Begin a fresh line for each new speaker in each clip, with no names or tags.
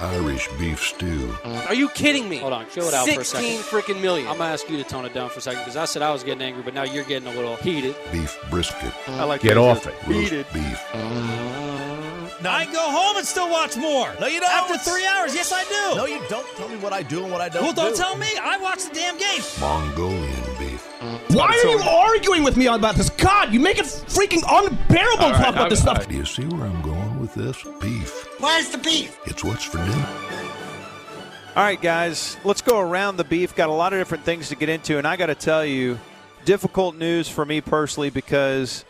Irish beef stew.
Are you kidding me?
Hold on, chill it out for a
16
second.
freaking million.
I'm gonna ask you to tone it down for a second because I said I was getting angry, but now you're getting a little heated.
Beef brisket.
I like
Get
to-
off it.
Roast beef.
I go home and still watch more.
No, you don't.
After three hours, yes, I do.
No, you don't tell me what I do and what I don't
well, don't
do.
tell me. I watch the damn game.
Mongolian beef.
Why are you arguing with me about this? God, you make it freaking unbearable to talk about this stuff.
Do you see where I'm going with this? Beef.
Where's the beef?
It's what's for dinner.
All right, guys, let's go around the beef. Got a lot of different things to get into, and I got to tell you, difficult news for me personally because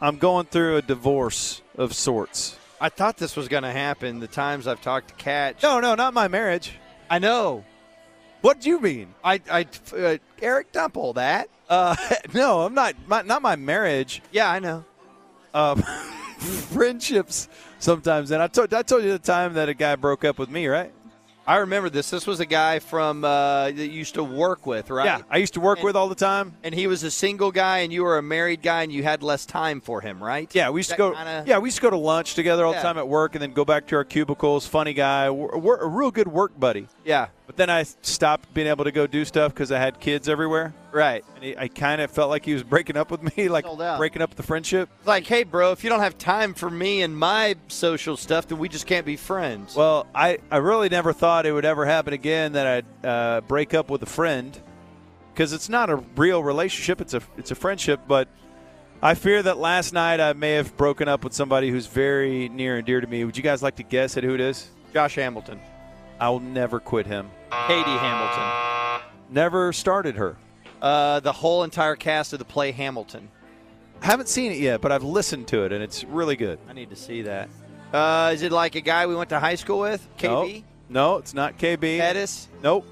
I'm going through a divorce of sorts.
I thought this was going to happen the times I've talked to Catch.
No, no, not my marriage.
I know.
What do you mean?
I, I uh, Eric Dumple, that.
Uh, no, I'm not. My, not my marriage.
Yeah, I know.
Uh, friendships sometimes. And I told I told you the time that a guy broke up with me, right?
I remember this. This was a guy from uh, that you used to work with, right?
Yeah, I used to work
And-
with all the time.
And he was a single guy, and you were a married guy, and you had less time for him, right?
Yeah, we used to
That
go.
kinda-
Yeah, we used to go to lunch together all
Yeah.
the time at work, and then go back to our cubicles. Funny guy, we're, we're a real good work buddy.
yeah,
But then I stopped being able to go do stuff because I had kids everywhere,
right.
and he, I kind of felt like he was breaking up with me, like
Sold out.
breaking up the friendship.
It's like, hey, bro, if you don't have time for me and my social stuff, then we just can't be friends.
Well, I, I really never thought it would ever happen again that I'd uh, break up with a friend because it's not a real relationship. It's a it's a friendship, but I fear that last night I may have broken up with somebody who's very near and dear to me. Would you guys like to guess at who it is?
Josh Hamilton,
I'll never quit him.
Katie Hamilton,
Never started her.
uh, the whole entire cast of the play Hamilton.
Haven't seen it yet, but I've listened to it and it's really good.
I need to see that. Uh, is it like a guy we went to high school with? KB?
No, no it's not KB.
Pettis?
Nope.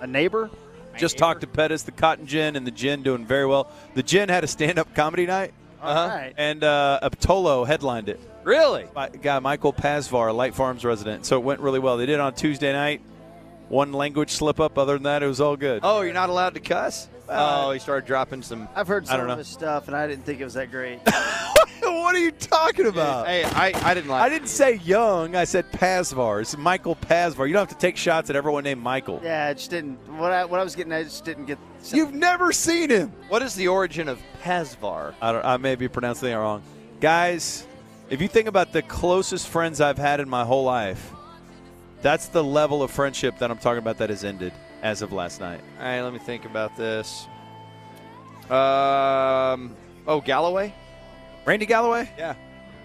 A neighbor?
Just talked to Pettis, the Cotton Gin, and the Gin doing very well. The Gin had a stand-up comedy night,
All
Uh-huh.
right.
and uh, Aptolo headlined it.
Really?
my guy Michael Pasvar, Light Farms resident. So it went really well. They did it on Tuesday night. One language slip up. Other than that, it was all good.
Oh, you're not allowed to cuss? Oh, he started dropping some.
I've heard
I don't
some
know.
of his stuff, and I didn't think it was that great.
what are you talking about?
Hey, I, I didn't like
uh, I didn't say young. I said Pasvar. It's Michael Pasvar. You don't have to take shots at everyone named Michael.
yeah, I just didn't. What I what I was getting, I just didn't get.
You've never seen him.
What is the origin of Pasvar?
I don't. I may be pronouncing that wrong, guys. If you think about the closest friends I've had in my whole life, that's the level of friendship that I'm talking about that has ended as of last night.
All right, let me think about this. Um, oh, Galloway?
Randy Galloway?
Yeah.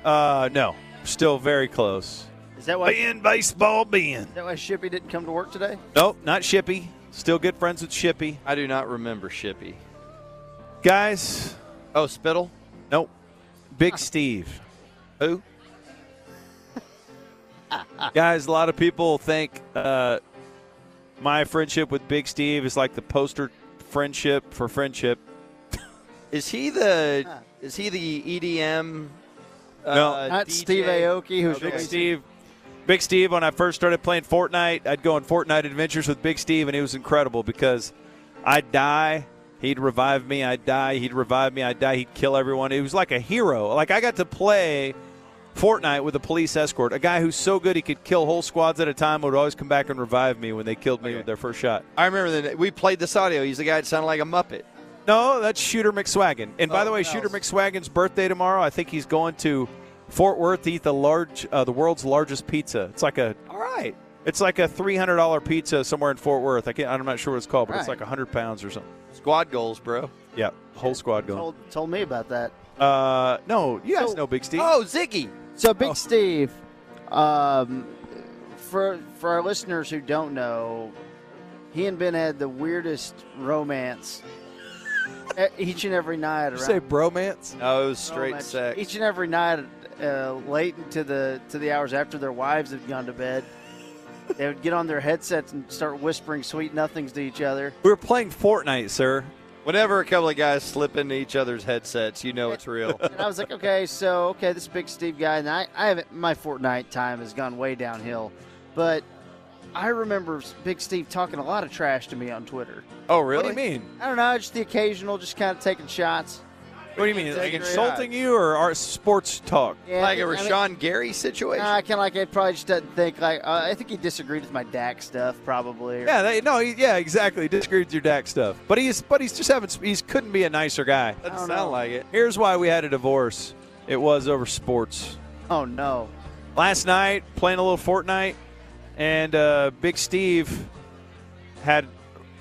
Uh, no, still very close.
Is that why? Is
baseball being.
that why Shippy didn't come to work today?
Nope, not Shippy. Still good friends with Shippy.
I do not remember Shippy.
Guys,
Oh, Spittle?
nope. Big Steve.
Who?
Guys, a lot of people think uh, my friendship with Big Steve is like the poster friendship for friendship.
Is he the is he the EDM? Uh,
No.
Not
DJ?
Steve Aoki, who's
Oh, Big
Okay.
Steve. Big Steve, when I first started playing Fortnite, I'd go on Fortnite adventures with Big Steve, and it was incredible because I'd die, he'd revive me, I'd die, he'd revive me, I'd die, he'd kill everyone. It was like a hero. Like, I got to play Fortnite with a police escort, a guy who's so good he could kill whole squads at a time, would always come back and revive me when they killed me
Okay.
with their first shot.
I remember that we played this audio. He's the guy that sounded like a Muppet.
No, that's Shooter McSwaggin. And by
Oh,
the way,
else.
Shooter McSwaggin's birthday tomorrow. I think he's going to Fort Worth to eat the large, uh, the world's largest pizza. It's like a
All right.
It's like a three hundred dollar pizza somewhere in Fort Worth. I can't, I'm not sure what it's called, but it's
Right.
like hundred pounds or something.
Squad goals, bro.
Yeah, whole squad going.
Told told me about that.
Uh, no, you guys
So-
know Big Steve.
Oh, Ziggy.
So Big
Oh.
Steve, um, for for our listeners who don't know, he and Ben had the weirdest romance e- each and every night. Around
bromance?
No, it was straight
romance.
sex.
Each and every night, uh, late into the to the hours after their wives have gone to bed, They would get on their headsets and start whispering sweet nothings to each other.
We were playing Fortnite, sir.
Whenever a couple of guys slip into each other's headsets, you know it's real.
And I was like, okay, so okay, this big Steve guy, and I, I haven't. My Fortnite time has gone way downhill, but I remember Big Steve talking a lot of trash to me on Twitter.
Oh, really? What do you mean?
I don't know, just the occasional, just kind of taking shots.
What do you mean? Like insulting you or our sports talk?
Yeah,
like a
I mean-
Rashawn Gary situation.
Nah, I kind of like it. Probably just doesn't think like. Uh, I think he disagreed with my Dak stuff, probably. or-
Yeah, they, no, he- yeah, exactly. Disagree with your Dak stuff, but he's but he's just having he's couldn't be a nicer guy.
Doesn't
don't
sound
know.
like it.
Here's why we had a divorce. It was over sports.
Oh no.
Last night, playing a little Fortnite, and uh, Big Steve had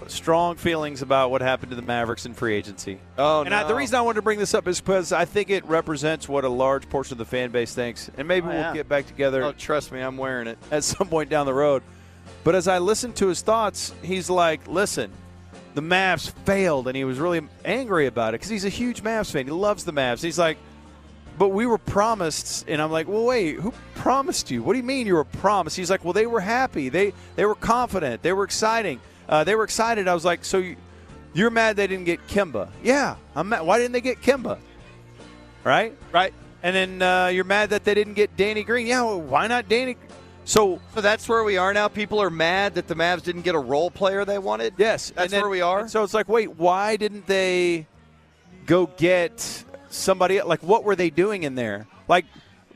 strong feelings about what happened to the Mavericks in free agency.
Oh,
and I, the reason I wanted to bring this up is because I think it represents what a large portion of the fan base thinks, and maybe
Oh,
we'll
yeah.
get back together
oh, trust me, I'm wearing it.
at some point down the road. But as I listened to his thoughts, he's like, listen, the Mavs failed. And he was really angry about it because he's a huge Mavs fan. He loves the Mavs. He's like, but we were promised. And I'm like, well, wait, who promised you? What do you mean you were promised? He's like, well, they were happy. They, they were confident. They were exciting. Uh, they were excited. I was like, so you, you're mad they didn't get Kimba? Yeah, I'm mad. Why didn't they get Kimba? Right? Right. And then uh, you're mad that they didn't get Danny Green. Yeah, well, why not Danny? So
So that's where we are now. People are mad that the Mavs didn't get a role player they wanted.
Yes,
That's
and then-
where we are?
and So it's like, wait, why didn't they go get somebody? Like, what were they doing in there? Like,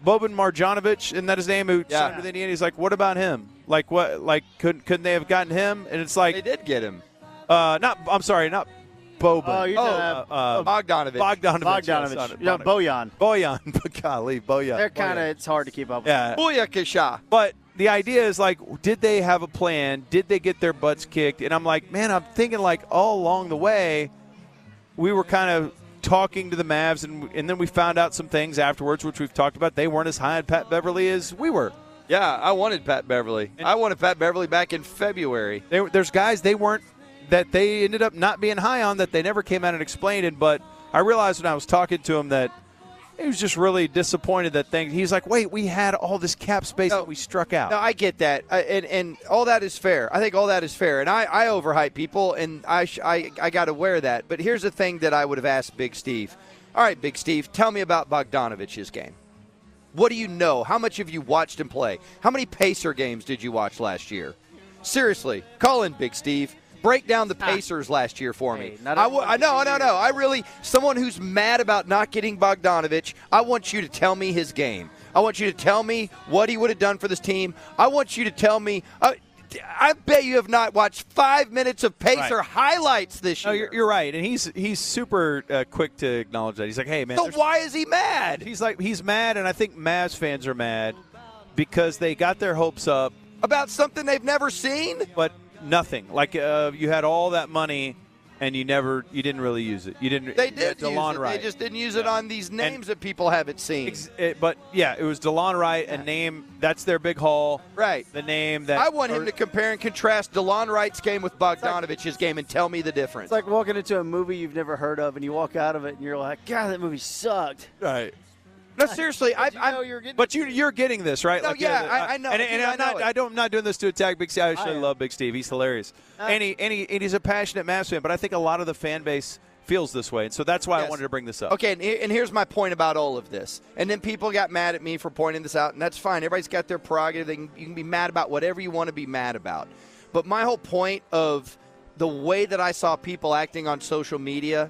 Boban Marjanovic, isn't that his name? Who
Yeah.
signed with Indiana? He's like, what about him? Like, what? Like, couldn't couldn't they have gotten him? And it's
They
like,
did get him.
uh, not. I'm sorry, not Boban.
Oh, you're
uh,
talking
uh,
Bogdanovich.
Bogdanovich. yes,
Bogdanovich. No, Bojan.
Bojan. Golly, Bojan.
They're kind of. It's hard to keep up. with.
Yeah.
Booyakasha.
But the idea is like, did they have a plan? Did they get their butts kicked? And I'm like, man, I'm thinking like all along the way, we were kind of talking to the Mavs, and and then we found out some things afterwards, which we've talked about. They weren't as high on Pat Beverly as we were.
Yeah, I wanted Pat Beverly. I wanted Pat Beverly back in February.
They, were- there's guys they weren't that they ended up not being high on that they never came out and explained it. But I realized when I was talking to him that. He was just really disappointed that thing. He's like, "Wait, we had all this cap space
No.
that we struck out."
No, I get that, I, and and all that is fair. I think all that is fair, and I, I overhype people, and I sh- I I got to wear that. But here's the thing that I would have asked Big Steve. All right, Big Steve, tell me about Bogdanovich's game. What do you know? How much have you watched him play? How many Pacer games did you watch last year? Seriously, call in Big Steve. Break down the Pacers last year for me.
Ah. Hey,
I
not
I, w- I
everyone
no,
can
no,
do
no. I really someone who's mad about not getting Bogdanovich. I want you to tell me his game. I want you to tell me what he would have done for this team. I want you to tell me. I, I bet you have not watched five minutes of Pacer highlights this
No,
year.
Oh, you're, you're right, and he's he's super uh, quick to acknowledge that. He's like, "Hey, man,
so
there's-
why is he mad
he's like he's mad," and I think Mavs fans are mad because they got their hopes up,
about something they've never seen?
but nothing. Like uh, you had all that money, and you never you didn't really use it. You didn't.
They did use
DeLon
it.
Wright.
They just didn't use it on these names that people haven't seen.
Ex- it- but yeah, it was Delon Wright, a name that's their big haul,
Right.
The name that
I want him to compare and contrast DeLon Wright's game with Bogdanovich's game and tell me the difference.
It's like walking into a movie you've never heard of, and you walk out of it, and you're like, God, that movie sucked.
right.
no, seriously, I,
Did you
I
know you were getting
But you, you're getting this right.
No, yeah,
the-
I- I know,
And,
dude,
and
I
I'm not,
know it.
I don't, I'm not doing this to attack Big Steve. I actually
am.
love Big Steve. He's hilarious,
Uh,
and he, and he and he's a passionate Mavs fan. But I think a lot of the fan base feels this way, and so that's why I
Yes.
wanted to bring this up.
Okay, and, he- and here's my point about all of this. And then people got mad at me for pointing this out, and that's fine. Everybody's got their prerogative. They can, you can be mad about whatever you want to be mad about. But my whole point of the way that I saw people acting on social media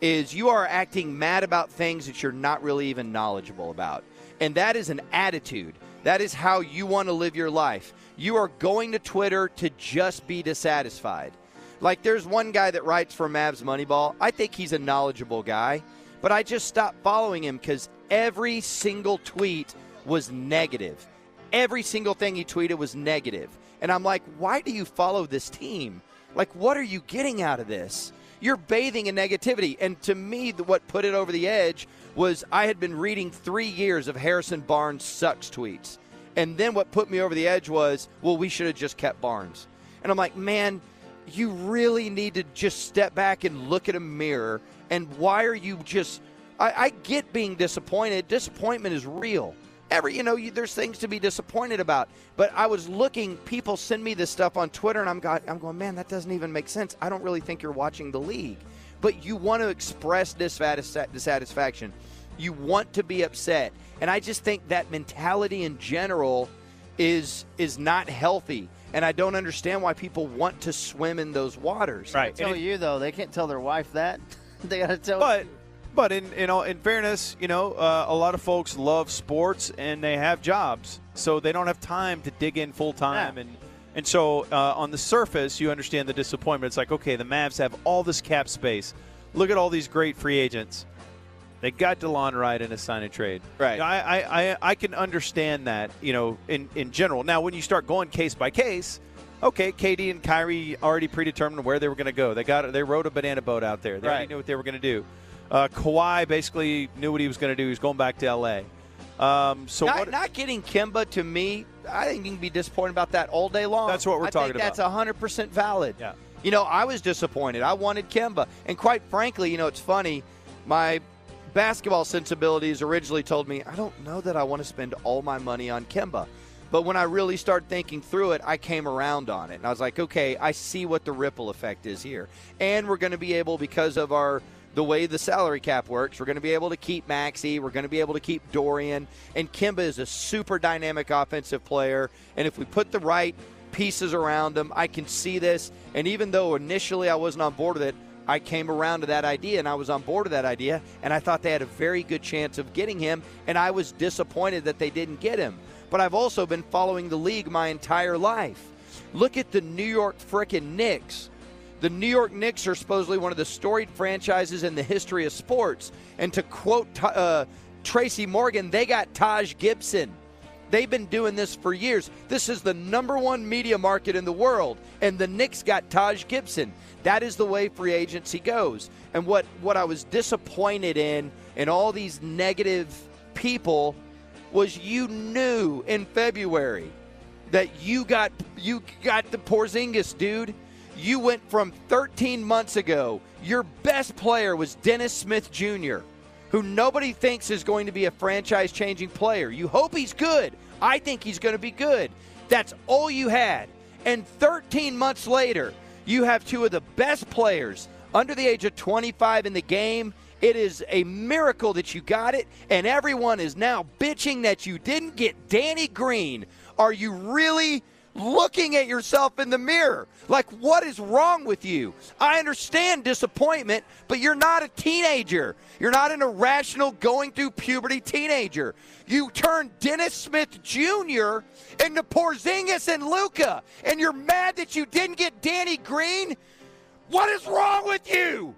is you are acting mad about things that you're not really even knowledgeable about. And that is an attitude. That is how you want to live your life. You are going to Twitter to just be dissatisfied. Like there's one guy that writes for Mavs Moneyball. I think he's a knowledgeable guy, but I just stopped following him because every single tweet was negative. Every single thing he tweeted was negative. And I'm like, why do you follow this team? Like, what are you getting out of this? You're bathing in negativity. And to me, the- what put it over the edge was I had been reading three years of Harrison Barnes sucks tweets. And then what put me over the edge was, well, we should have just kept Barnes. And I'm like, man, you really need to just step back and look at a mirror. And why are you just. I, I get being disappointed. Disappointment is real. every you know you, there's things to be disappointed about but i was looking people send me this stuff on twitter and i'm got, i'm going man that doesn't even make sense i don't really think you're watching the league but you want to express dissatis- dissatisfaction you want to be upset and i just think that mentality in general is is not healthy and i don't understand why people want to swim in those waters
Right.
Tell
And it-
you though, they can't tell their wife that. they gotta tell.
but but in in, all, in fairness, you know, uh, a lot of folks love sports and they have jobs, so they don't have time to dig in full time and. And so, uh, on the surface, you understand the disappointment. It's like, okay, the Mavs have all this cap space. Look at all these great free agents. They got DeLon Wright in a sign and trade.
Right.
I, I, I, I can understand that, you know, in, in general. Now, when you start going case by case, okay, KD and Kyrie already predetermined where they were going to go. They got they rode a banana boat out there. They already
Right.
knew what they were going to do. Uh, Kawhi basically knew what he was going to do. He was going back to L.A. Um, so
not,
what,
not getting Kimba to me, I think you can be disappointed about that all day long.
That's what we're
I
talking
think
about.
That's 100% valid.
Yeah.
You know, I was disappointed. I wanted Kimba. And quite frankly, you know, it's funny. My basketball sensibilities originally told me, I don't know that I want to spend all my money on Kimba. But when I really started thinking through it, I came around on it. And I was like, okay, I see what the ripple effect is here. And we're going to be able, because of our the way the salary cap works, we're going to be able to keep Maxi. We're going to be able to keep Dorian. And Kimba is a super dynamic offensive player. And if we put the right pieces around him, I can see this. And even though initially I wasn't on board with it, I came around to that idea and I was on board with that idea. And I thought they had a very good chance of getting him. And I was disappointed that they didn't get him. But I've also been following the league my entire life. Look at the New York frickin' Knicks. The New York Knicks are supposedly one of the storied franchises in the history of sports. And to quote Ta- uh, Tracy Morgan, they got Taj Gibson. They've been doing this for years. This is the number one media market in the world, and the Knicks got Taj Gibson. That is the way free agency goes. And what, what I was disappointed in, and all these negative people, was you knew in February that you got you got the Porzingis dude. You went from 13 months ago. Your best player was Dennis Smith Jr., who nobody thinks is going to be a franchise-changing player. You hope he's good. I think he's going to be good. That's all you had. And 13 months later, you have two of the best players under the age of 25 in the game. It is a miracle that you got it, and everyone is now bitching that you didn't get Danny Green. Are you really looking at yourself in the mirror? Like, what is wrong with you? I understand disappointment, but you're not a teenager. You're not an irrational, going through puberty teenager. You turned Dennis Smith Jr. into Porzingis and Luca, and you're mad that you didn't get Danny Green? What is wrong with you?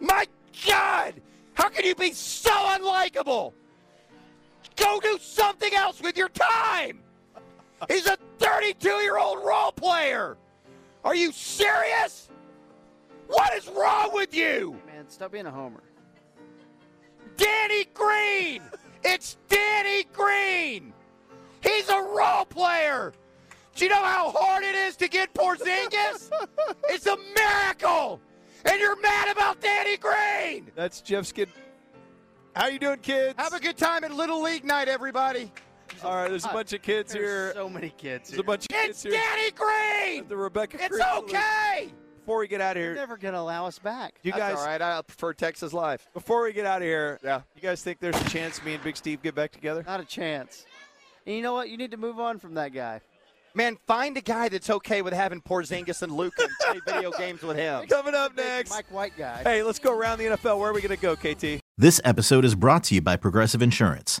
My God! How can you be so unlikable? Go do something else with your time! He's a 32 year old role player! Are you serious? What is wrong with you?
Man, stop being a homer.
Danny Green! It's Danny Green! He's a role player! Do you know how hard it is to get Porzingis? it's a miracle! And you're mad about Danny Green!
that's Jeff's kid. How you doing, kids?
Have a good time at Little League Night, everybody.
All right, there's a bunch of kids here.
There's so many kids.
There's a
Here.
bunch of
It's
kids here.
Danny Green.
The Rebecca.
It's
Creek salute.
okay.
Before we get out of
They're
here,
never gonna allow us back.
you guys.
right. I prefer Texas Live.
Before we get out of here,
Yeah.
You guys think there's a chance me and Big Steve get back together?
Not a chance. And you know what? You need to move on from that guy.
Man, find a guy that's okay with having Porzingis and Luke and play video games with him.
Coming up
Big
next.
Mike White guy.
Hey, let's go around the NFL. Where are we going to go, KT?
This episode is brought to you by Progressive Insurance.